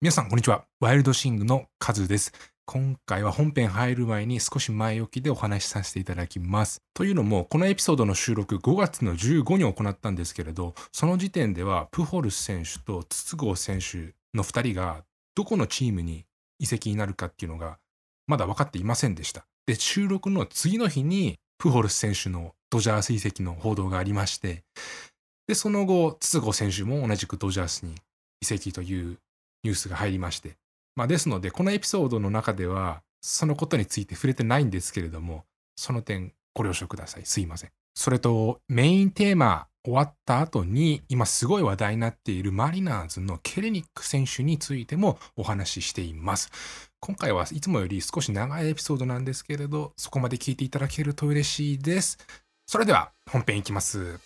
皆さん、こんにちは。ワイルドシングのカズです。今回は本編入る前に少し前置きでお話しさせていただきます。というのも、このエピソードの収録5月の15に行ったんですけれど、その時点ではプホルス選手と筒香選手の2人がどこのチームに移籍になるかっていうのがまだ分かっていませんでした。で、収録の次の日にプホルス選手のドジャース移籍の報道がありまして、で、その後、筒香選手も同じくドジャースに移籍というニュースが入りまして、まあ、ですのでこのエピソードの中ではそのことについて触れてないんですけれどもその点ご了承くださいすいませんそれとメインテーマ終わった後に今すごい話題になっているマリナーズのケレニック選手についてもお話ししています今回はいつもより少し長いエピソードなんですけれどそこまで聞いていただけると嬉しいですそれでは本編いきます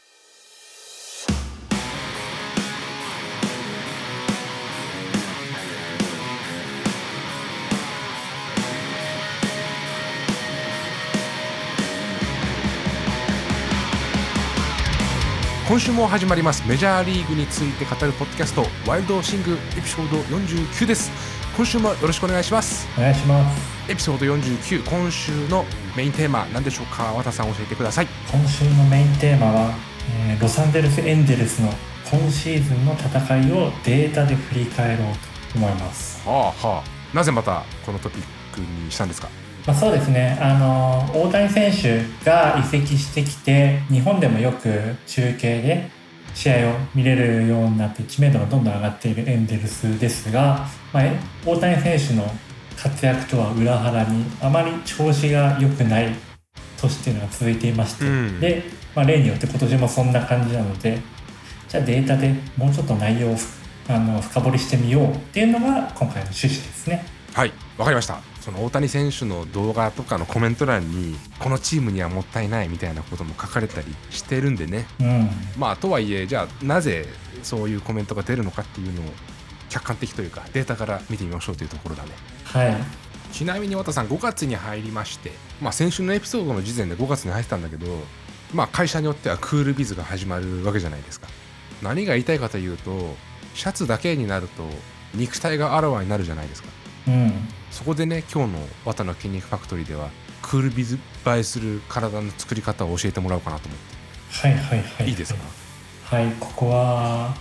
今週も始まりますメジャーリーグについて語るポッドキャストワイルドシングエピソード49です今週もよろしくお願いしますお願いしますエピソード49今週のメインテーマ何でしょうか和田さん教えてください今週のメインテーマは、えーロサンゼルス・エンゼルスの今シーズンの戦いをデータで振り返ろうと思います、はあはあなぜまたこのトピックにしたんですかまあ、そうですねあのー大谷選手が移籍してきて日本でもよく中継で試合を見れるようになって知名度がどんどん上がっているエンゼルスですが、まあ、え大谷選手の活躍とは裏腹にあまり調子が良くない年っていうのが続いていまして、うんで、まあ、例によって今年もそんな感じなのでじゃあデータでもうちょっと内容をふあの深掘りしてみようっていうのが今回の趣旨ですね。はいわかりましたその大谷選手の動画とかのコメント欄にこのチームにはもったいないみたいなことも書かれたりしてるんでねうんまあとはいえじゃあなぜそういうコメントが出るのかっていうのを客観的というかデータから見てみましょうというところだねはい、ちなみに渡さん5月に入りまして、まあ、先週のエピソードの時点で5月に入ってたんだけど、まあ、会社によってはクールビズが始まるわけじゃないですか何が言いたいかというとシャツだけになると肉体があらわになるじゃないですかうん、そこでね今日の綿の筋肉ファクトリーではクールビズ映えする体の作り方を教えてもらおうかなと思っはいはいはていいいですかはいここは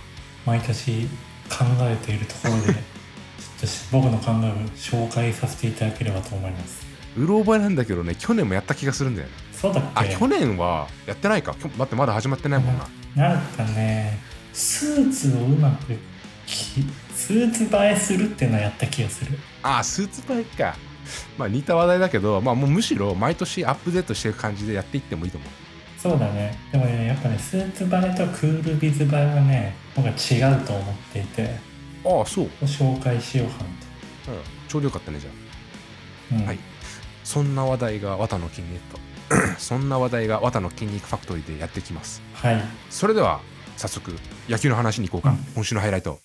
毎年考えているところ でちょっとし僕の考えを紹介させていただければと思いますうろ覚えなんだけどね去年もやった気がするんだよねそうだっあけ去年はやってないかきょ待ってまだ始まってないもんななんかねスーツをうまくきスーツ映えするっていうのはやった気がするあスーツバイクか。まあ似た話題だけど、まあもうむしろ毎年アップデートしてる感じでやっていってもいいと思う。そうだねでもねやっぱねスーツ映えとクールビズ映えはね僕は違うと思っていてああ、そう。うん。紹介しようかなちょうどよかったね、じゃあ。と、うんはいそんな話題が綿の筋肉と。 そんな話題が綿の筋肉ファクトリーでやってきます。はいそれでは、早速、野球の話に行こうか。うん今週のハイライト。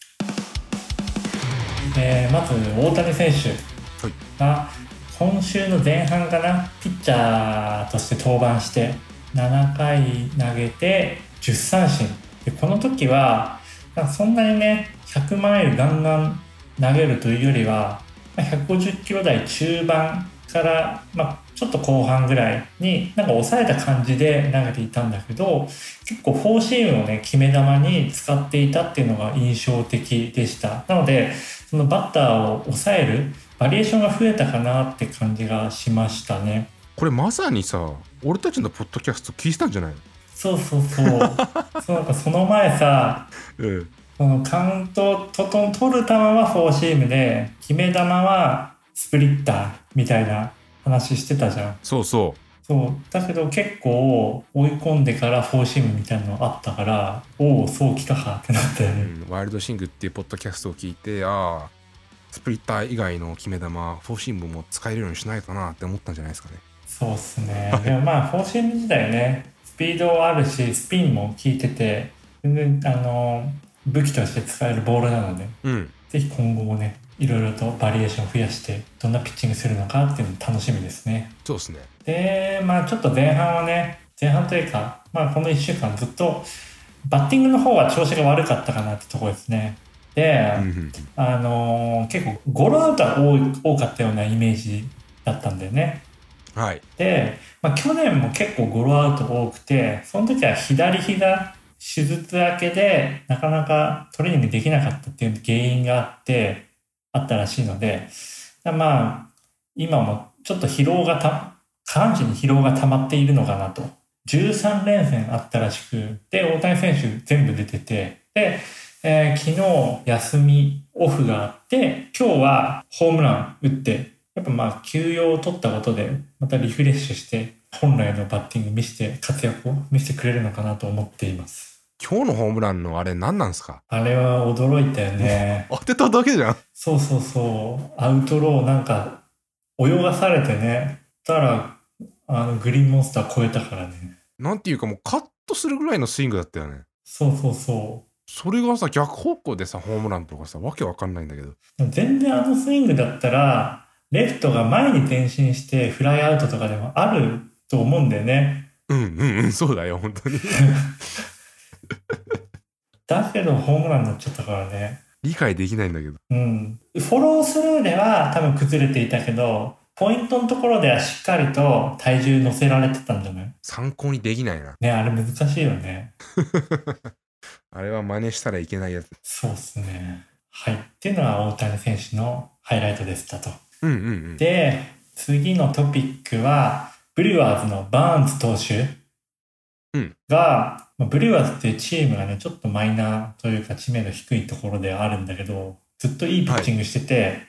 えーまず大谷選手はいが今週の前半かなピッチャーとして登板して7回投げて10三振でこの時はまあそんなにね100マイルガンガン投げるというよりはまあ150キロ台中盤から、まあ、ちょっと後半ぐらいになんか抑えた感じで投げていたんだけど結構フォーシームをね決め球に使っていたっていうのが印象的でしたなのでそのバッターを抑えるバリエーションが増えたかなって感じがしましたねこれまさにさ、俺たちのポッドキャスト聞いてたんじゃないのそうそうそうそうなんかその前さうん。そのカウントとと取る球はフォーシームで決め球はスプリッターみたいな話してたじゃんそうそそうだけど結構追い込んでからフォーシームみたいなのあったからおおそうきたかってなったよう、うん。ねワイルドシングっていうポッドキャストを聞いて、ああ、スプリッター以外の決め球、フォーシームも使えるようにしないとなって思ったんじゃないですかね。そうっすねでもまあフォーシーム自体ねスピードあるしスピンも効いてて全然あの武器として使えるボールなのでうん。ぜひ今後もねいろいろとバリエーションを増やしてどんなピッチングするのかっていうの楽しみですねそうですね。で、まあちょっと前半はね、前半というか、まあこの1週間ずっと、バッティングの方は調子が悪かったかなってところですね。って、うんあのー結構ゴロアウトは多い多かったようなイメージだったんだよね。はい。で、まあ、去年も結構ゴロアウト多くてその時は左膝手術明けでなかなかトレーニングできなかったっていう原因があってあったらしいのでだまあ今もちょっと疲労がた下半身に疲労が溜まっているのかなと13連戦あったらしくで大谷選手全部出ててで、えー昨日休みオフがあって今日はホームラン打ってやっぱまあ休養を取ったことでまたリフレッシュして本来のバッティング見せて活躍を見せてくれるのかなと思っています今日のホームランのあれ何なんですかあれは驚いたよね当てただけじゃん。そうそうそうアウトローなんか泳がされてねたらあのグリーンモンスター超えたからねなんていうかもうカットするぐらいのスイングだったよね。そうそうそうそれがさ、逆方向でさ、ホームランとかさ、わけわかんないんだけど。全然あのスイングだったらレフトが前に前進してフライアウトとかでもあると思うんだよねうんうんうん、そうだよ、本 当に。だけどホームランになっちゃったからね理解できないんだけど。うん、フォロースルーでは多分崩れていたけどポイントのところではしっかりと体重乗せられてたんじゃない参考にできないな。ねあれ難しいよねあれは真似したらいけないやつ。そうっすねはいっていうのは大谷選手のハイライトでしたとうんうんうん。で次のトピックはブリュワーズのバーンズ投手うんが、まあブリュワーズっていうチームがねちょっとマイナーというか知名度低いところではあるんだけどずっといいピッチングしてて、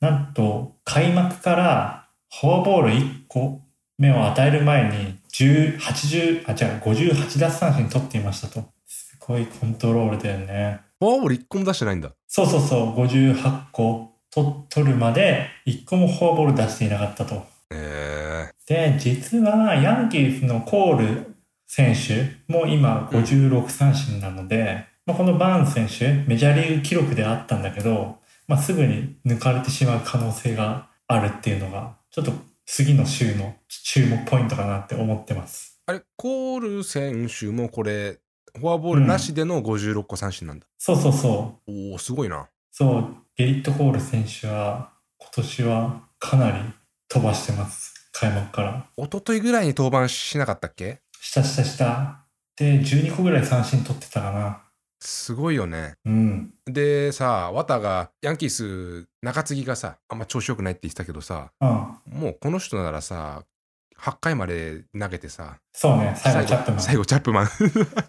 なんと開幕からフォアボール1個目を与える前に10 80あ違う58奪三振取っていましたとすごいコントロールだよね。フォアボール1個も出してないんだ。そうそうそう、58個と取るまで、1個もフォアボール出していなかったと。えで、実はヤンキースのコール選手も今56三振なので、まあ、このバーンズ選手、メジャーリーグ記録ではあったんだけど、まあ、すぐに抜かれてしまう可能性があるっていうのが、ちょっと次の週の注目ポイントかなって思ってます。あれ、コール選手もこれ、フォアボールなしでの56個三振なんだ。そうそうそう。おおすごいな。そう、ゲリット・コール選手は今年はかなり飛ばしてます。開幕から。一昨日ぐらいに登板しなかったっけしたしたした。で、12個ぐらい三振取ってたかな。すごいよね。うん。でさ、綿が、ヤンキース、中継ぎがさ、あんま調子良くないって言ってたけどさ、うん。もうこの人ならさ、8回まで投げてさ、そうね、最後チャップ最後チャップマン。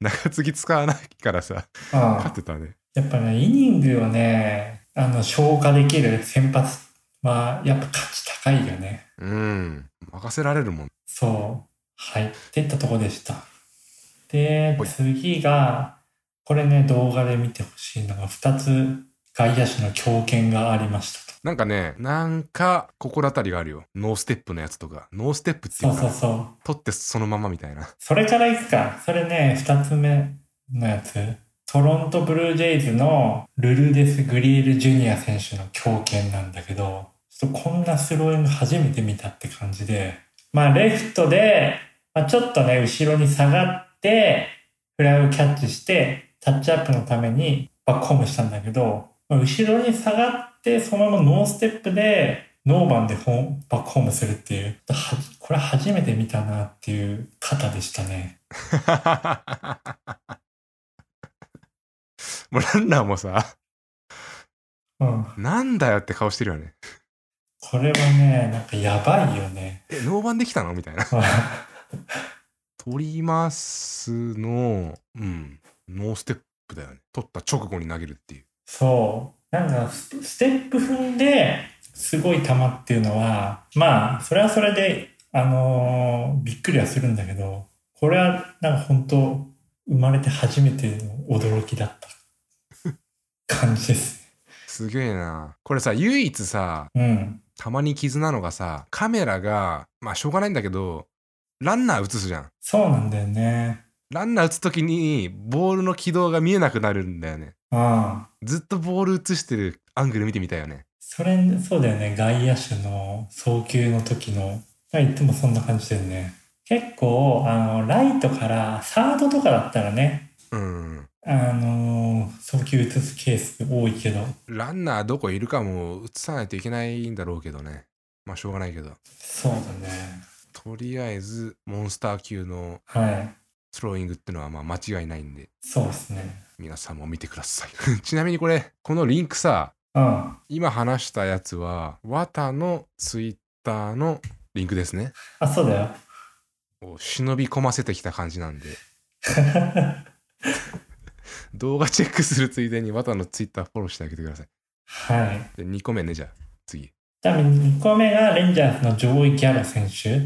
中継ぎ使わないからさ、マン。うん勝っ。てたね。やっぱね、イニングをね、あの、消化できる先発は、やっぱ価値高いよね。うん。任せられるもん。そう。はい。っていったとこでした。でほい、次が、これね、動画で見てほしいのが、2つ外野手の強肩がありましたと。なんかね、なんか心当たりがあるよ。ノーステップのやつとか。ノーステップっていそううか、そうそう。取ってそのままみたいな。 それからいくか。それね、二つ目のやつ。トロントブルージェイズのルルデス・グリール・ジュニア選手の強肩なんだけど、ちょっとこんなスローイング初めて見たって感じで、まあレフトで、まあ、ちょっとね、後ろに下がって、フライをキャッチして、タッチアップのためにバックホームしたんだけど、まあ後ろに下がって、そのままノーステップで、ノーバンでホームバックホームするっていう、はこれ初めて見たなっていう方でしたね。もうランナーもさ、うん。なんだよって顔してるよね。これはね、なんかやばいよね。え、ノーバンできたのみたいな。 取りますの、うん、ノーステップだよね。取った直後に投げるっていう。そう。なんかステ、ステップ踏んで、すごい球っていうのは、まあ、それはそれで、あのーびっくりはするんだけど、これは、なんか本当生まれて初めての驚きだった感じです。すげえな。これさ、唯一さ、うん。たまに傷なのがさ、カメラが、まあしょうがないんだけど、ランナー映すじゃん。そうなんだよね。ランナー打つときにボールの軌道が見えなくなるんだよね。うん。ずっとボール映してるアングル見てみたいよね。それ、そうだよね。外野手の送球の時の。いつもそんな感じだよね。結構、あの、ライトからサードとかだったらね、うん。ああのー送球移すケース多いけど、ランナーどこいるかも移さないといけないんだろうけどね。まあしょうがないけど。そうだね。とりあえず、モンスター級のはい。スローイングってのはまあ間違いないんで、そうですね。皆さんも見てください。 ちなみにこれ、このリンクさ、うん。今話したやつは、ワタのツイッターのリンクですね。あ、そうだよ。 を忍び込ませてきた感じなんで。動画チェックするついでに、ワタのツイッターフォローしてあげてください。はい。で、2個目ね、じゃあ、次。多分2個目がレンジャーズの上位ギャラ選手。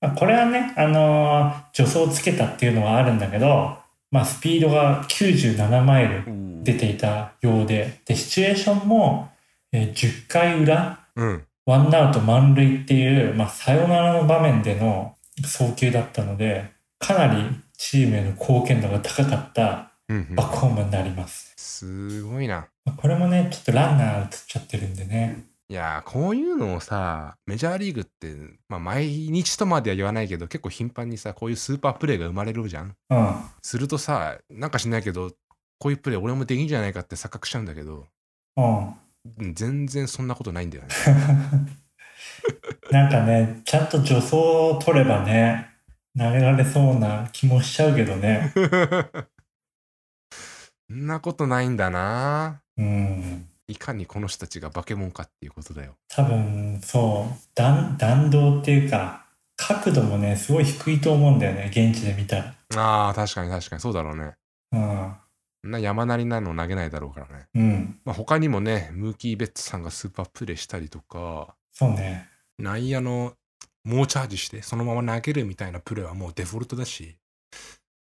まあ、これはね、あのー助走をつけたっていうのはあるんだけど、まあ、スピードが97マイル出ていたようで、で、シチュエーションも、えー10回裏うん。ワンアウト満塁っていう、まあ、サヨナラの場面での送球だったので、かなりチームへの貢献度が高かったうん、うんバックホームになります。すごいな。まあこれもね、ちょっとランナー映っちゃってるんでね。いやーこういうのをさメジャーリーグって、まあ、毎日とまでは言わないけど結構頻繁にさこういうスーパープレーが生まれるじゃんうん。するとさなんかしないけどこういうプレー俺もできんじゃないかって錯覚しちゃうんだけどうん。 うん全然そんなことないんだよねなんかね、ちゃんと助走を取ればね、投げられそうな気もしちゃうけどね。そんなことないんだなうん。いかにこの人たちがバケモンかっていうことだよ多分、そう、弾、弾道っていうか、角度もね、すごい低いと思うんだよね、現地で見たら。あー確かに確かにそうだろうねうん。そんな山なりなの投げないだろうからね、うん。まあ、他にもねムーキー・ベッツさんがスーパープレーしたりとかそうね。内野の猛チャージしてそのまま投げるみたいなプレーはもうデフォルトだし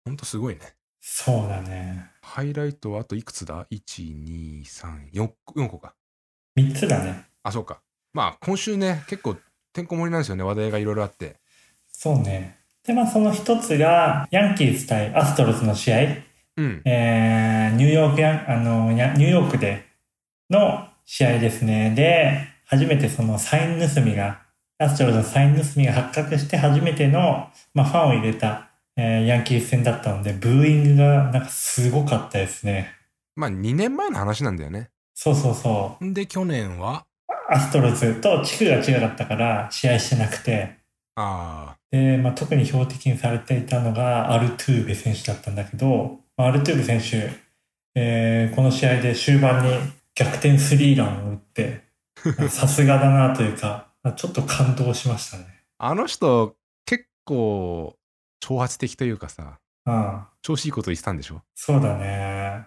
ほんとすごいねそうだね。ハイライトはあといくつだ ?1234 個か3つだね。あそうかまあ今週ね結構てんこ盛りなんですよね話題がいろいろあってそうね。で、まあその1つが、ヤンキーズ対アストロズの試合、うんえーニューヨークヤン、あの、ヤニューヨークでの試合ですね。で、初めてそのサイン盗みが、アストロズのサイン盗みが発覚して初めての、まあファンを入れた、えーヤンキース戦だったので、ブーイングがなんかすごかったですね。まあ2年前の話なんだよねそうそうそう。んで去年はアストロズと地区が違かったから試合してなくて、あで、まあ、特に標的にされていたのがアルトゥーベ選手だったんだけど、まあ、アルトゥーベ選手、えーこの試合で終盤に逆転スリーランを打って、さすがだなというか、ちょっと感動しましたね。ああの人結構挑発的というかさうん。調子いいこと言ってたんでしょそうだね。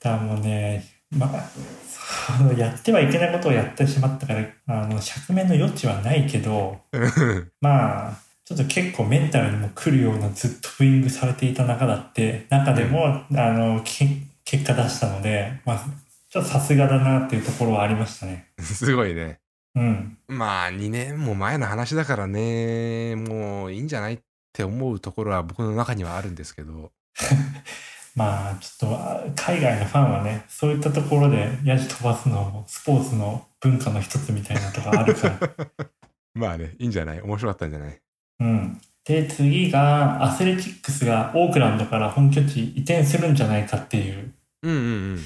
だからもうね、まあ、そのやってはいけないことをやってしまったから、あの、釈明の余地はないけど、うんまあ、ちょっと結構メンタルにも来るようなずっとブーイングされていた中だって、中でも、あの、け結果出したので、まあ、ちょっとさすがだなっていうところはありましたね。すごいねうん。まあ2年も前の話だからねもういいんじゃないって思うところは僕の中にはあるんですけどまあ、ちょっとあ、海外のファンはね、そういったところでやじ飛ばすのも、スポーツの文化の一つみたいなとこあるから。まあねいいんじゃない面白かったんじゃないうん。で、次が、アスレチックスがオークランドから本拠地移転するんじゃないかっていううんうん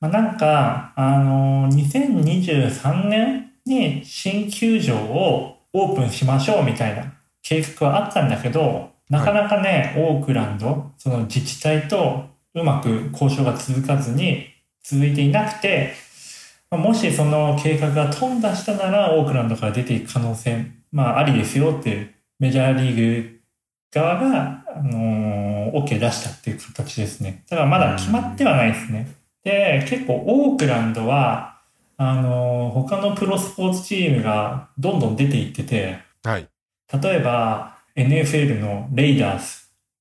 まあ、なんか、あのー2023年に新球場をオープンしましょうみたいな計画はあったんだけど、なかなかね、オークランド、その自治体とうまく交渉が続かずに続いていなくて、まあもしその計画が頓挫したならオークランドから出ていく可能性、まあありですよっていうメジャーリーグ側が、あのー、OK 出したっていう形ですね。だからまだ決まってはないですね。で、結構オークランドは、あの、他のプロスポーツチームがどんどん出ていってて、はい例えば NFL のレイダーズ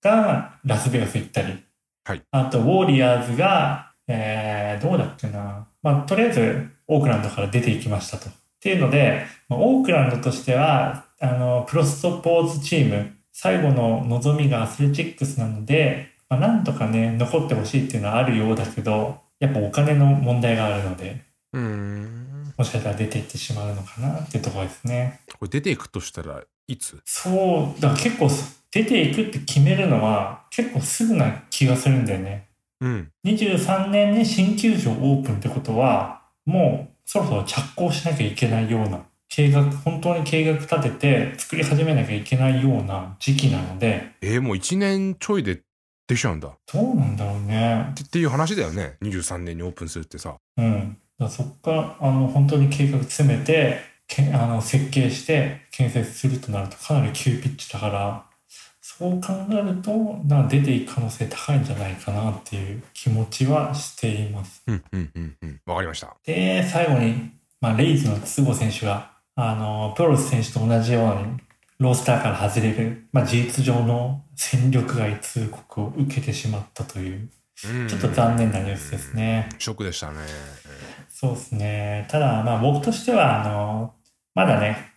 がラスベガス行ったり、はいあとウォーリアーズが、えーどうだっけな、まあ、とりあえずオークランドから出ていきましたと。っていうので、まあオークランドとしてはあのプロスポーツチーム最後の望みがアスレチックスなので、まあ、なんとかね残ってほしいっていうのはあるようだけどやっぱお金の問題があるのでうーんもしかしたら出ていってしまうのかなっていうところですね。これ出ていくとしたらいつそう、だから結構そ出ていくって決めるのは結構すぐな気がするんだよね。うん。 23年に新球場オープンってことは、もうそろそろ着工しなきゃいけないような、計画、本当に計画立てて作り始めなきゃいけないような時期なので、えーもう1年ちょいでできちゃうんだ。っどうなんだろうね。てっていう話だよね。23年にオープンするってさ。うん。だからそっから、あの、本当に計画詰めて、けあの設計して建設するとなるとかなり急ピッチだから、そう考えると、なんか出ていく可能性高いんじゃないかなっていう気持ちはしています。うんうんうんうん。わかりました。で、最後に、まあ、レイズの筒香選手が、あの、プロレス選手と同じように、ロースターから外れる、まあ、事実上の戦力外通告を受けてしまったという、うんちょっと残念なニュースですね。ショックでしたね。そうですね。ただ、まあ、僕としては、あの、まだね、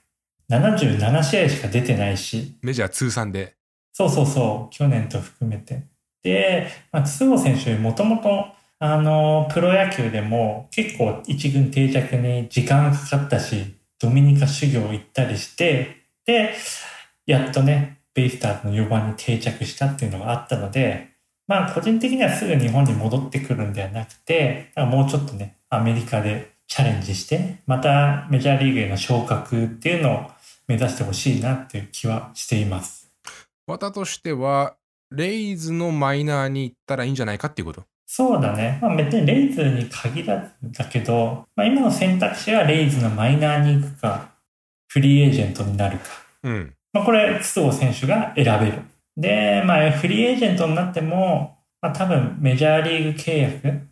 77試合しか出てないし、メジャー通算で。そうそうそう、去年と含めて。で、まあ、筒香選手、もともと、あの、プロ野球でも結構一軍定着に時間がかかったし、ドミニカ修行行ったりして、で、やっとね、ベイスターズの4番に定着したっていうのがあったので、まあ個人的にはすぐ日本に戻ってくるんではなくて、だからもうちょっとね、アメリカでチャレンジして、またメジャーリーグへの昇格っていうのを目指してほしいなっていう気はしています。綿としては、レイズのマイナーに行ったらいいんじゃないかっていうこと。そうだね。まあ別にレイズに限らずだけど、まあ今の選択肢はレイズのマイナーに行くか、フリーエージェントになるか。うん。まあこれ、筒香選手が選べる。で、まあフリーエージェントになっても、まあ多分メジャーリーグ契約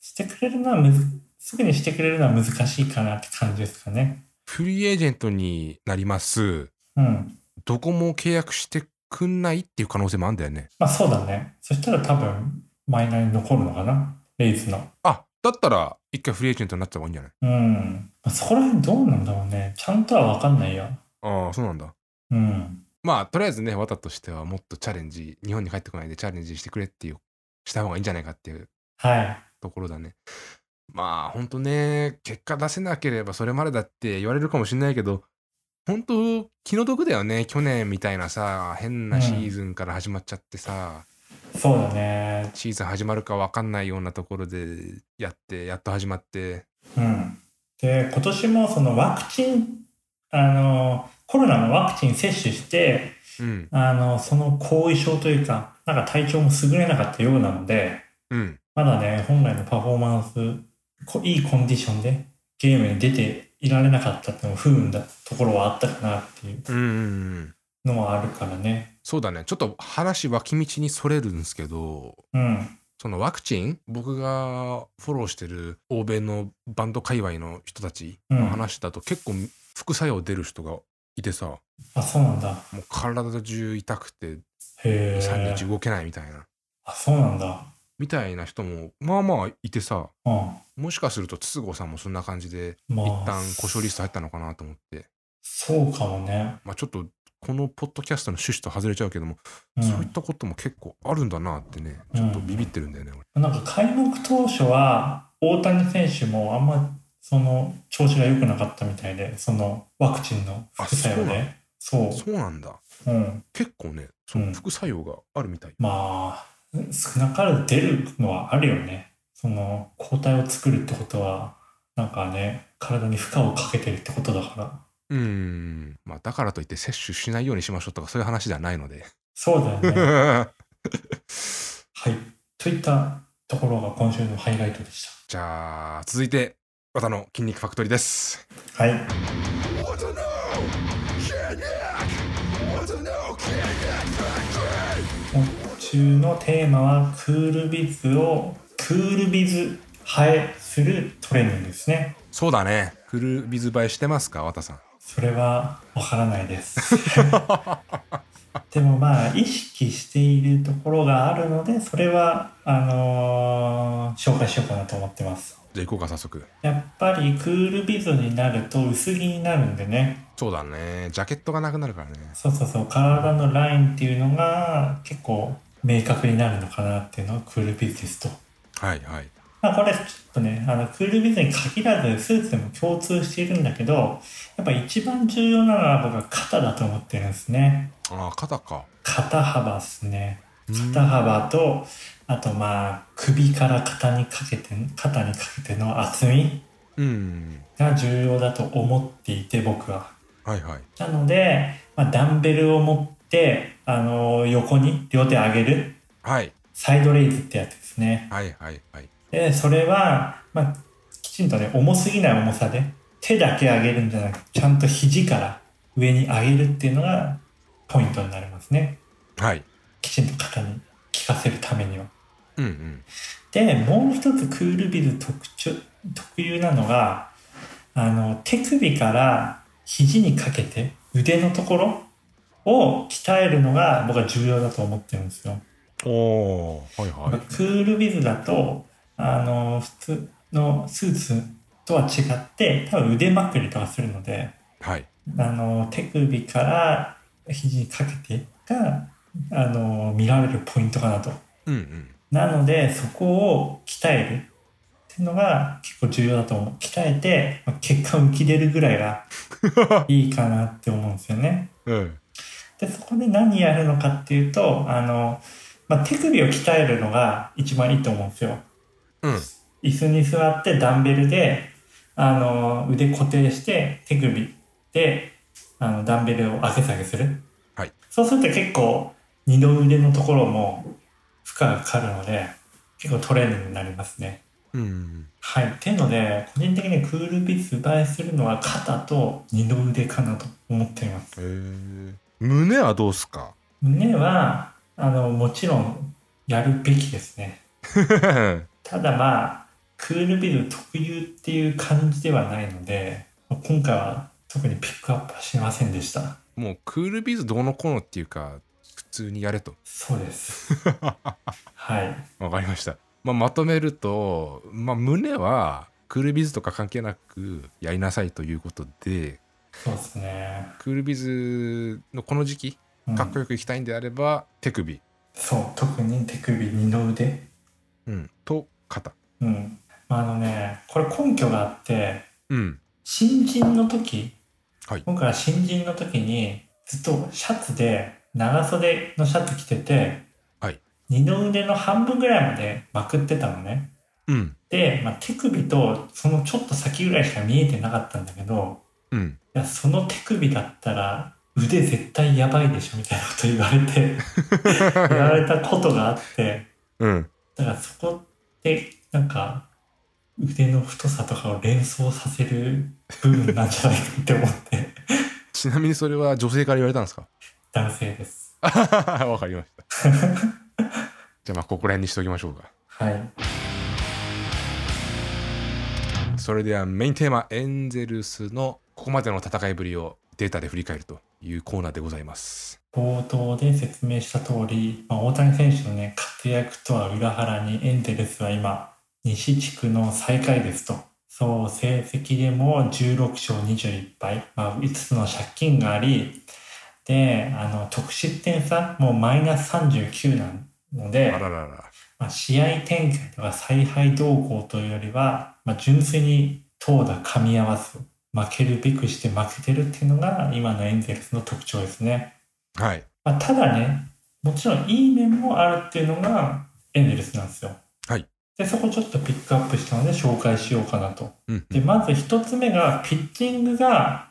してくれるのはむず、すぐにしてくれるのは難しいかなって感じですかね。フリーエージェントになります。うん。どこも契約してくんないっていう可能性もあるんだよね。まあそうだね。そしたら多分マイナーに残るのかな。レイズの。あ、だったら、一回フリーエージェントになった方がいいんじゃないうん。まあそこら辺どうなんだろうね。ちゃんとはわかんないよ。ああ、そうなんだ。うん。まあ、とりあえずね、綿としてはもっとチャレンジ、日本に帰ってこないでチャレンジしてくれっていう、した方がいいんじゃないかっていうはい。ところだね。まあ、ほんとね、結果出せなければそれまでだって言われるかもしれないけど、本当気の毒だよね。去年みたいなさ、変なシーズンから始まっちゃってさ、そうだね。シーズン始まるか分かんないようなところでやって、やっと始まって、うん。で、今年もそのワクチン、あの、コロナのワクチン接種して、うん、あの、その後遺症というか、なんか体調も優れなかったようなので、うん。まだね、本来のパフォーマンス、こいいコンディションでゲームに出ていられなかったっていうのも不運だところはあったかなっていううんうんうん、のはあるからね。そうだねちょっと話脇道にそれるんですけどうん。そのワクチン僕がフォローしてる欧米のバンド界隈の人たちうのん。話だと結構副作用出る人がいてさもあ、そうなんだ。う体中痛くてへ23日え。動けないみたいなあ、そうなんだ。みたいな人もまあまあいてさうん。もしかすると筒香さんもそんな感じでまあ、一旦故障リスト入ったのかなと思って、そうかもね。まあ、ちょっとこのポッドキャストの趣旨と外れちゃうけども、うん、そういったことも結構あるんだなってねちょっとビビってるんだよね、俺なんか開幕当初は大谷選手もあんまその調子が良くなかったみたいでそのワクチンの副作用でそうそうなんだう、ん、結構ねそのうん副作用があるみたい、まあ少なからず出るのはあるよねその抗体を作るってことはなんかね体に負荷をかけてるってことだからうーんまあだからといって摂取しないようにしましょうとかそういう話ではないのでそうだよ ね じはいといったところが今週のハイライトでしゃあ続いて綿の筋肉ファクトリーですたはい今週のテーマはクールビズをクールビズ映えするトレーニングですねそうだねフルビズ映えしてますか綿さんそれはわからないですでもまあ意識しているところがあるのでそれはあのー紹介しようかなと思ってますじゃあ行こうか早速やっぱりクールビズになると薄着になるんでねそうだねジャケットがなくなるからねそうそうそう体のラインっていうのが結構明確になるのかなっていうのはクールビズですとはいはいまあ、これちょっとねあのクールビズに限らずスーツでも共通しているんだけどやっぱ一番重要なのは僕は肩だと思ってるんですねああ肩か肩幅ですねうん肩幅とあとまあ首から肩にかけて肩にかけての厚みうんが重要だと思っていて僕ははいはいなので、まあ、ダンベルを持ってあの横に両手上げるはいサイドレイズってやつですねはいはいはいでそれは、まあ、きちんとね重すぎない重さで手だけ上げるんじゃなくてちゃんと肘から上に上げるっていうのがポイントになりますねはいきちんと肩に効かせるためにはうんうんでもう一つクールビズ特徴特有なのがあの手首から肘にかけて腕のところを鍛えるのが僕は重要だと思ってるんですよおーはいはいクールビズだとあの普通のスーツとは違って多分腕まくりとかするのではいあの手首から肘にかけてがあの見られるポイントかなとうんうんなのでそこを鍛えるっていうのが結構重要だと思う鍛えてまあ血管浮き出るぐらいがいいかなって思うんですよねうんでそこで何やるのかっていうとあの、まあ、手首を鍛えるのが一番いいと思うんですよ、うん椅子に座ってダンベルであの腕固定して手首であのダンベルを上げ下げする、はいそうすると結構二の腕のところも負荷がかかるので結構トレーニングになりますねうんはいっていうので個人的にクールビズ映えするのは肩と二の腕かなと思っていますえー、胸はどうす か胸はあのもちろんやるべきですねただまあクールビル特有っていう感じではないので今回は特にピックアップはしませんでしたもうクールビズどうのこうのっていうか普通にやれとそうです はいわかりました、まあ、まとめると、まあ、胸はクールビズとか関係なくやりなさいということでそうですね、クールビズのこの時期うんかっこよくいきたいんであれば、手首、そう特に手首二の腕うん、と肩うんまああのねこれ根拠があってうん新人の時、はい今回は新人の時にずっとシャツで長袖のシャツ着てて、はい二の腕の半分ぐらいまでまくってたのねうんで、まあ、手首とそのちょっと先ぐらいしか見えてなかったんだけどうんいやその手首だったら腕絶対やばいでしょみたいなこと言われて 言われたことがあってうんだからそこってなんか腕の太さとかを連想させる部分なんじゃないかって思って ちなみにそれは女性から言われたんですか 男性です。わかりました じゃあまあここら辺にしておきましょうかはい。それではメインテーマエンゼルスのここまでの戦いぶりをデータで振り返るというコーナーでございます冒頭で説明した通り、まあ、大谷選手のね、活躍とは裏腹にエンゼルスは今、西地区の最下位ですと。そう、成績でも16勝21敗、まあ、5つの借金があり、で、あの、得失点差、もうマイナス39なので、あらららまあ、試合展開とか采配動向というよりは、まあ、純粋に投打噛み合わず負けるべくして負けてるっていうのが今のエンゼルスの特徴ですね、はいまあ、ただねもちろんいい面もあるっていうのがエンゼルスなんですよはいでそこちょっとピックアップしたので紹介しようかなとうんでまず一つ目がピッチングが、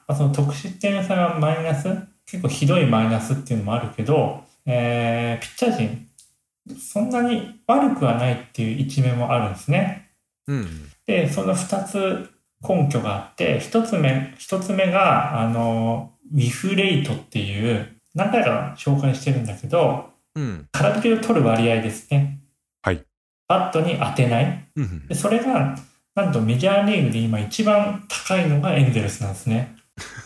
まあ、その得失点差がマイナス結構ひどいマイナスっていうのもあるけど、えーピッチャー陣そんなに悪くはないっていう一面もあるんですねうんでその2つ根拠があって1つ目一つ目があのウィフレイトっていう何回か紹介してるんだけどうん空振りを取る割合ですねはいバットに当てないうん でそれがなんとメジャーリーグで今一番高いのがエンゼルスなんですね。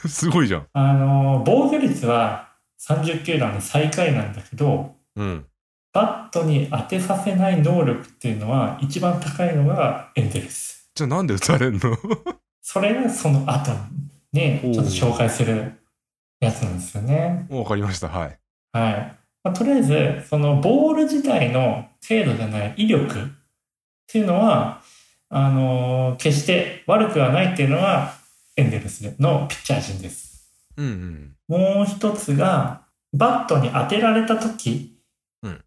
すごいじゃんあの防御率は30球団の最下位なんだけどうんバットに当てさせない能力っていうのは一番高いのがエンゼルス。じゃあなんで打たれんの それがその後におうちょっと紹介するやつなんですよね。わかりましたはいはい。まあ、とりあえずそのボール自体の精度じゃない威力っていうのはあのー決して悪くはないっていうのはエンゼルスのピッチャー陣です。うんうん。もう一つが、バットに当てられた時うん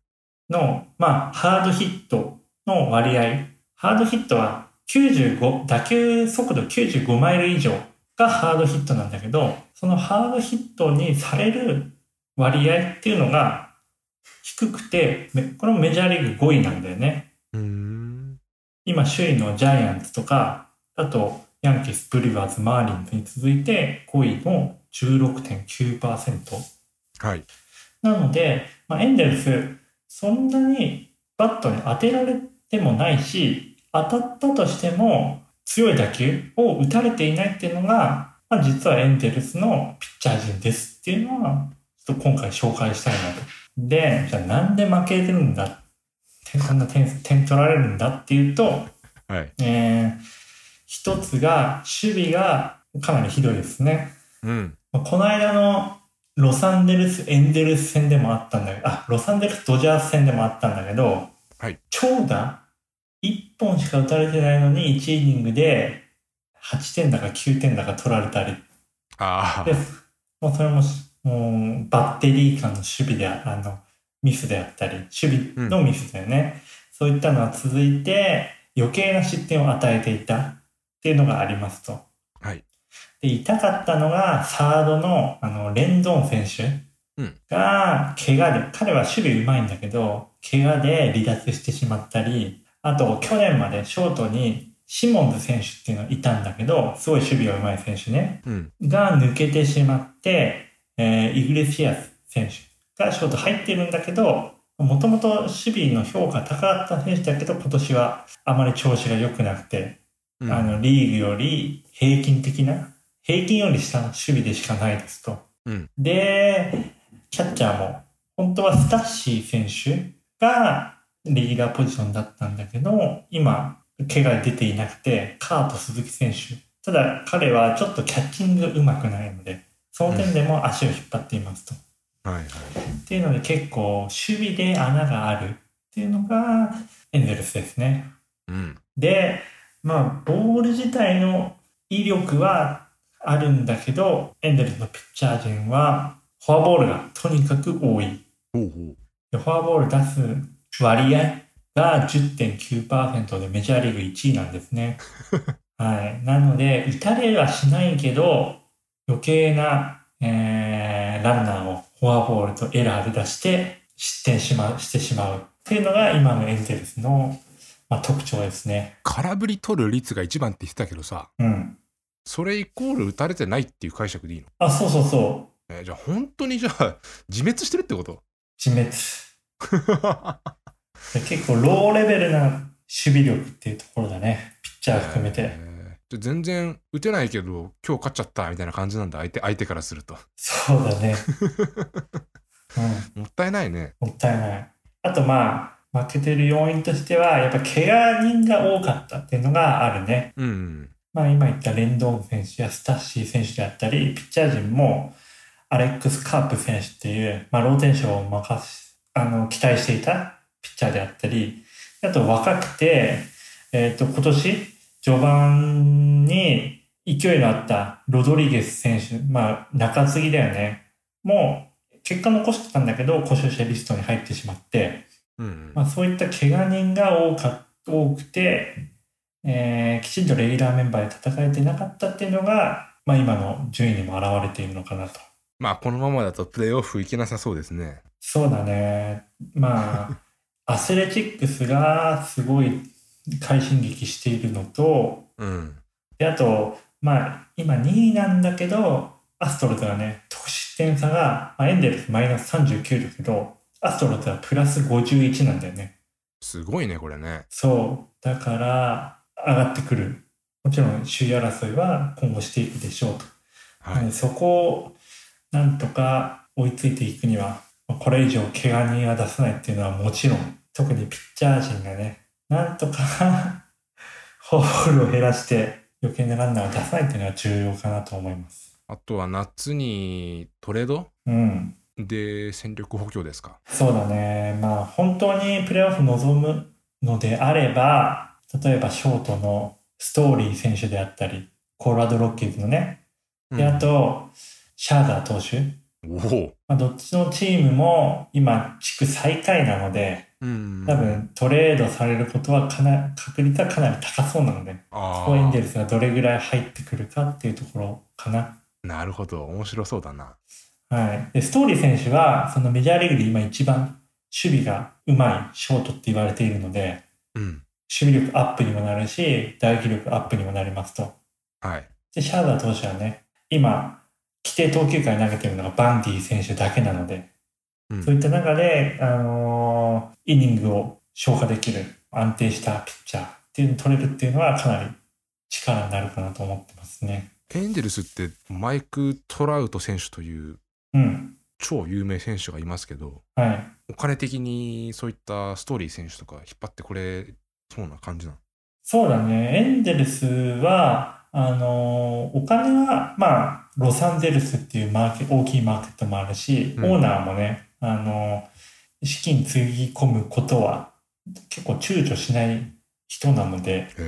の、まあ、ハードヒットの割合。ハードヒットは95、打球速度95マイル以上がハードヒットなんだけど、そのハードヒットにされる割合っていうのが低くて、めこれもメジャーリーグ5位なんだよね。うーん。今首位のジャイアンツとかあとヤンキースブリュワーズマーリンズに続いて5位の16.9%はい。なので、まあ、エンゼルスそんなにバットに当てられてもないし当たったとしても強い打球を打たれていないっていうのが、まあ、実はエンゼルスのピッチャー陣ですっていうのはちょっと今回紹介したいなと。でじゃあなんで負けてるんだてそんな点点取られるんだっていうとはい。えー一つが、守備がかなりひどいですね。うん。まあこの間のロサンゼルス・エンゼルス戦でもあったんだけど、あ、ロサンゼルス・ドジャース戦でもあったんだけど、はい長打1本しか打たれてないのに1イニングで8点だか9点だか取られたりあでもうそれもしもうバッテリー間の守備でああのミスであったり守備のミスだよね、そういったのは続いて余計な失点を与えていたっていうのがありますと。はいで痛かったのがサードのあのレンドン選手うんが怪我で彼は守備うまいんだけど怪我で離脱してしまったりあと去年までショートにシモンズ選手っていうのがいたんだけどすごい守備がうまい選手ね。あ。うん。が抜けてしまって、えーイグレシアス選手がショート入ってるんだけど、もともと守備の評価高かった選手だけど、今年はあまり調子が良くなくて、うんあの、リーグより平均的な、平均より下の守備でしかないですと。うんで、キャッチャーも、本当はスタッシー選手がリーダーポジションだったんだけど、今、怪我で出ていなくて、カート鈴木選手。ただ、彼はちょっとキャッチングがうまくないので、その点でも足を引っ張っていますと。はいはい。っていうので、結構、守備で穴があるっていうのが、エンゼルスですね。うん。で、まあ、ボール自体の威力はあるんだけど、エンゼルスのピッチャー陣は、フォアボールがとにかく多い。ほうほう。でフォアボール出す割合が10.9%でメジャーリーグ1位なんですね。はい。なので、打たれはしないけど、余計な、えーランナーをフォアボールとエラーで出して失点しまうしてしまうっていうのが今のエンゼルスの、まあ、特徴ですね。空振り取る率が一番って言ってたけどさ、うん。それイコール打たれてないっていう解釈でいいのあ、そうそうそう。えーじゃあ本当にじゃあ自滅してるってこと 自滅。結構ローレベルな守備力っていうところだね。ピッチャー含めて。えーじゃあ全然打てないけど今日勝っちゃったみたいな感じなんだ相手相手からするとそうだね。もったいないねうん、もったいない。あとまあ、負けてる要因としては、やっぱ怪我人が多かったっていうのがあるね。うんまあ今言ったレンドン選手やスタッシー選手であったり、ピッチャー陣もアレックス・カープ選手っていう、まあローテンションを任す、あの、期待していたピッチャーであったり、あと若くて、えっ、と今年序盤に勢いのあったロドリゲス選手、まあ中継ぎだよね。もう結果残してたんだけど、故障者リストに入ってしまって、うんうん、まあ、そういった怪我人が多か多くて、えーきちんとレギュラーメンバーで戦えてなかったっていうのが、まあ、今の順位にも表れているのかなと。まあこのままだとプレーオフ行けなさそうですねそうだね。まあ、 アスレチックスがすごい快進撃しているのと、うんであと、まあ、今2位なんだけど、アストロズがね、得失点差が、まあ、エンゼルスマイナス39だけど、アストロズはプラス51なんだよね。すごいねこれねそう。だから、上がってくる。もちろん、首位争いは今後していくでしょうと。はい、でそこを、なんとか追いついていくには、これ以上怪我人は出さないっていうのはもちろん、特にピッチャー陣がね、なんとか、 フォアボールを減らして、余計なランナーを出さないっていうのは重要かなと思います。あとは夏にトレードうん。で戦力補強ですかそうだね。まあ、本当にプレーオフ望むのであれば、例えばショートのストーリー選手であったり、コロラドロッキーズのね、うんであと、シャーザー投手、おお。まあ、どっちのチームも今、地区最下位なので、うん多。分トレードされることはかな確率はかなり高そうなので、あコインデールスがどれぐらい入ってくるかっていうところかな。なるほど。面白そうだな。はい、でストーリー選手はそのメジャーリーグで今一番守備がうまいショートって言われているのでうん。守備力アップにもなるし打撃力アップにもなりますとはい。でシャーザー投手はね今規定投球回投げてるのがバンディ選手だけなので、うんそういった中で、あのーイニングを消化できる安定したピッチャーっていうのを取れるっていうのはかなり力になるかなと思ってますね。エンジェルスってマイク・トラウト選手といううん、超有名選手がいますけど、はいお金的にそういったストーリー選手とか引っ張ってこれそうな感じなのそうだね。エンゼルスは、あの、お金は、まあ、ロサンゼルスっていうマーケ、大きいマーケットもあるし、うんオーナーもね、あの、資金つぎ込むことは結構躊躇しない人なので、へえ。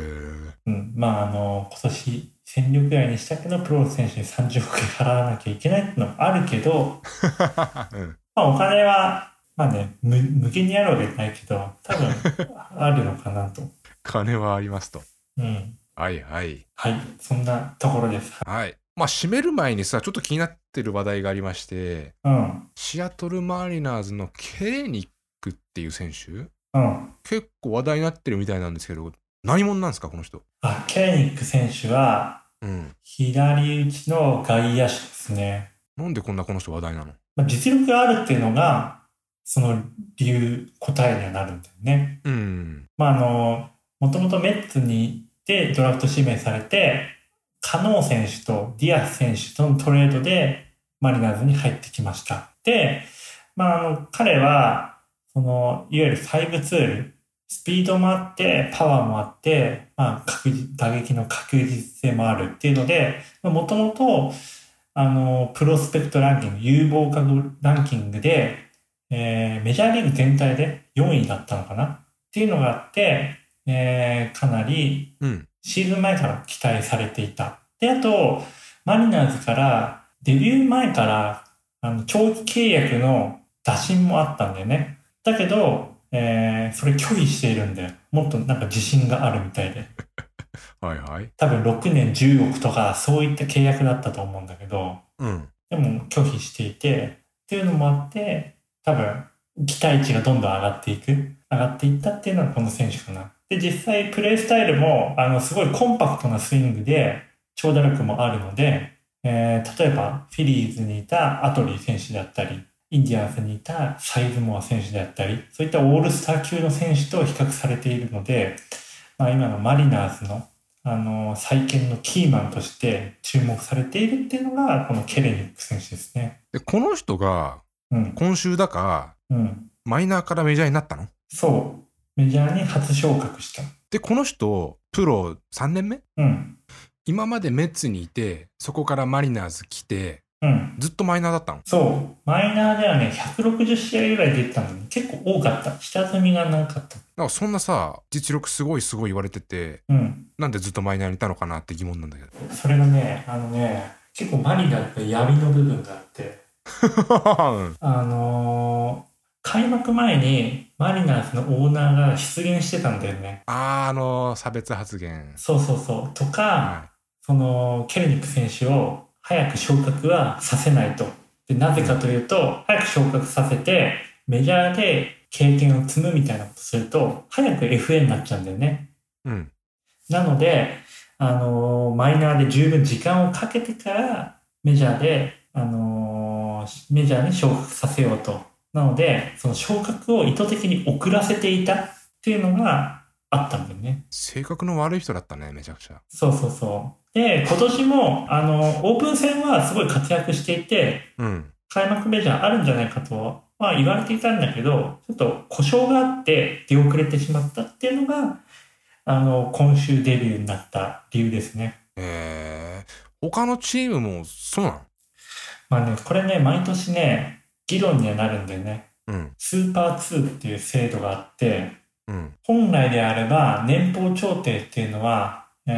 うん、まあ、あの、今年戦力外にしたけど、プロ選手に30億円払わなきゃいけないってのもあるけど、うん、まあ、お金は、まあね、無無限にあるわけじゃないけど、多分あるのかなと。 金はありますと。うん。はいはい。はい、そんなところです。はい。まあ、締める前にさ、ちょっと気になってる話題がありまして、うん。シアトルマリナーズのケーニックっていう選手、うん。結構話題になってるみたいなんですけど、何者なんですか、この人。あ、ケーニック選手は、うん。左打ちの外野手ですね。なんでこんなこの人話題なのまあ、実力があるっていうのが、その理由、答えにはなるんだよね。うん。まあ、あの、もともとメッツにでドラフト指名されて、カノー選手とディアス選手とのトレードでマリナーズに入ってきました。で、まあ、あの、彼は、その、いわゆる5ツール、スピードもあって、パワーもあって、まあ、確実、打撃の確実性もあるっていうので、もともと、あの、プロスペクトランキング、有望株ランキングで、えーメジャーリーグ全体で4位だったのかなっていうのがあって、えーかなりうん。シーズン前から期待されていた。で、あと、マリナーズから、デビュー前から、あの、長期契約の打診もあったんだよね。だけど、えーそれ拒否しているんで、もっとなんか自信があるみたいで。はいはい。多分6年10億とか、そういった契約だったと思うんだけど、うん。でも拒否していて、っていうのもあって、多分、期待値がどんどん上がっていく、上がっていったっていうのがこの選手かな。で、実際、プレースタイルも、あの、すごいコンパクトなスイングで、長打力もあるので、えー例えば、フィリーズにいたアトリー選手であったり、インディアンスにいたサイズモア選手であったり、そういったオールスター級の選手と比較されているので、まあ、今のマリナーズのあの再建のキーマンとして注目されているっていうのがこのケレニック選手ですね。で、この人がうん今週だか、うん、マイナーからメジャーになったのそうメジャーに初昇格した。で、この人、プロ3年目うん今までメッツにいて、そこからマリナーズ来て、うん、ずっとマイナーだったの。そうマイナーではね160試合ぐらい出てたのに結構多かった下積みがなかった。なんかそんなさ、実力すごいすごい言われてて、うん、なんでずっとマイナーにいたのかなって疑問なんだけど。それがねあのね結構マリナーって闇の部分があって うんあのー開幕前にマリナーズのオーナーが出現してたんだよね。あー、あのー差別発言。そうそうそう。とか、はそのケルニック選手を早く昇格はさせないと。でなぜかというと、早く昇格させて、メジャーで経験を積むみたいなことすると、早く FA になっちゃうんだよね。い。うん。なので、あのーマイナーで十分時間をかけてから、メジャーで、あのーメジャーに昇格させようと。なので、その昇格を意図的に遅らせていたっていうのがあったんだよね。性格の悪い人だったね、めちゃくちゃ。そうそうそう。で、今年も、あの、オープン戦はすごい活躍していて、うん。開幕メジャーあるんじゃないかとは言われていたんだけど、ちょっと故障があって出遅れてしまったっていうのが、あの、今週デビューになった理由ですね。えー、他のチームもそうなまあね、これね、毎年ね、議論にはなるんだよね。のうん。スーパー2っていう制度があって、うん。本来であれば年俸調停っていうのは、え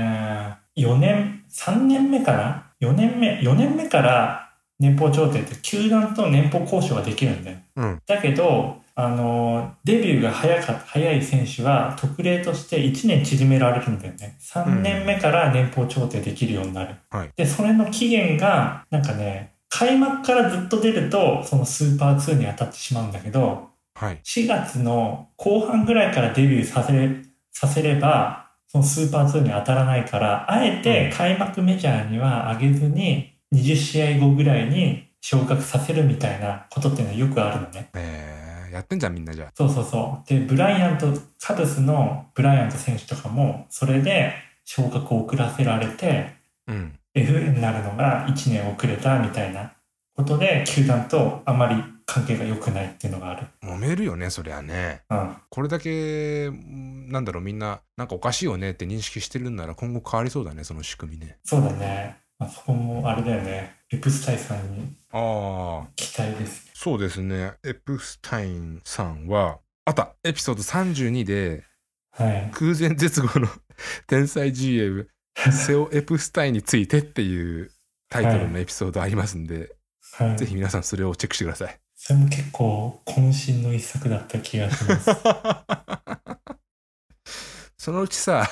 ー4年、3年目かな ?4 年目、4年目から年俸調停って球団と年俸交渉ができるんだよ。うん。だけど、あの、デビューが早かった、早い選手は特例として1年縮められるんだよね。3年目から年俸調停できるようになる。はいで、それの期限が、なんかね、開幕からずっと出ると、そのスーパー2に当たってしまうんだけど、はい。 4月の後半ぐらいからデビューさせさせれば、そのスーパー2に当たらないから、あえて開幕メジャーには上げずに、20試合後ぐらいに昇格させるみたいなことっていうのはよくあるのね。えー、やってんじゃんみんなじゃそうそうそう。で、ブライアント、カブスのブライアント選手とかも、それで昇格を遅らせられて、あ。うん。 FA になるのが1年遅れたみたいなことで、球団とあまり関係が良くないっていうのがある。揉めるよね、そりゃね。うん。これだけ、うんなんだろう、みんな、なんかおかしいよねって認識してるんなら今後変わりそうだね、その仕組みね。そうだね。まあ、そこもあれだよね。エプスタインさんにああ、期待ですね。そうですね。エプスタインさんは、あったエピソード32で、はい。空前絶後の 天才 GM セオ・エプスタインについてっていうタイトルのエピソードありますんで、はい。ぜひ皆さんそれをチェックしてくださ い。それも結構渾身の一作だった気がします。 そのうちさ、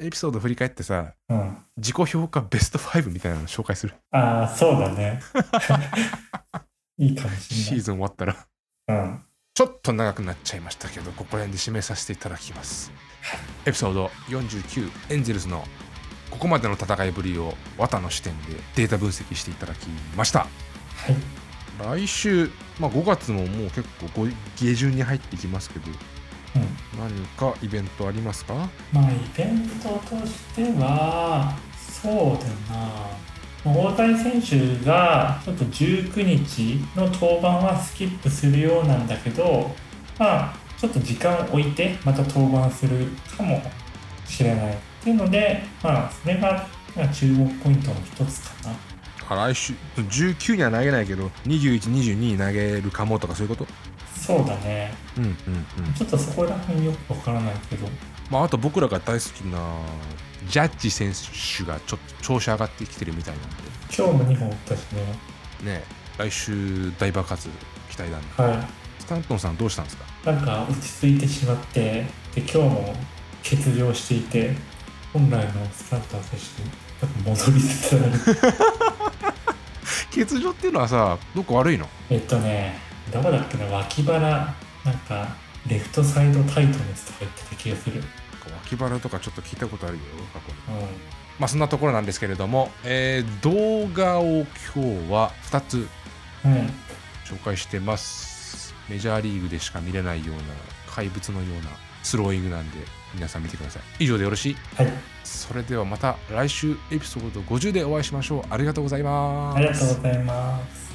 エピソード振り返ってさ、うん。自己評価ベスト5みたいなの紹介する。ああ、そうだね。 いいかもしシれーズン終わったら。ない。うん。ちょっと長くなっちゃいましたけど、ここら辺で締めさせていただきます。エピソード49、エンゼルスのここまでの戦いぶりを綿の視点でデータ分析していただきました。はい。来週、まあ、5月ももう結構ご下旬に入ってきますけどうん。何かイベントありますかまあ、イベントとしては、そうだな。大谷選手がちょっと19日の登板はスキップするようなんだけど、まあ、ちょっと時間を置いてまた登板するかもしれないっていうので、まあ、それがまあ注目ポイントの一つかな。あ来週19には投げないけど2122に投げるかもとかそういうことそうだね。うんうんうん、ちょっとそこら辺よくわからないけど。まあ、あと僕らが大好きなジャッジ選手がちょっと調子上がってきてるみたいなん今日も2本打ったしね。でね来週大爆発期待だねはい。スタントンさんどうしたんですかなんか落ち着いてしまってで今日も欠場していて本来のスタンター選手になんか戻りつつある欠場っていうのはさどこ悪いのえっとねどこだっけな脇腹なんかレフトサイドタイトネスとか言ってた気がする、うん、脇腹とかちょっと聞いたことあるよ過去にまあそんなところなんですけれども、えー動画を今日は2つはい紹介してます。メジャーリーグでしか見れないような怪物のようなスローイングなんで皆さん見てください。以上でよろしいはいそれではまた来週エピソード50でお会いしましょう。ありがとうございます。ありがとうございます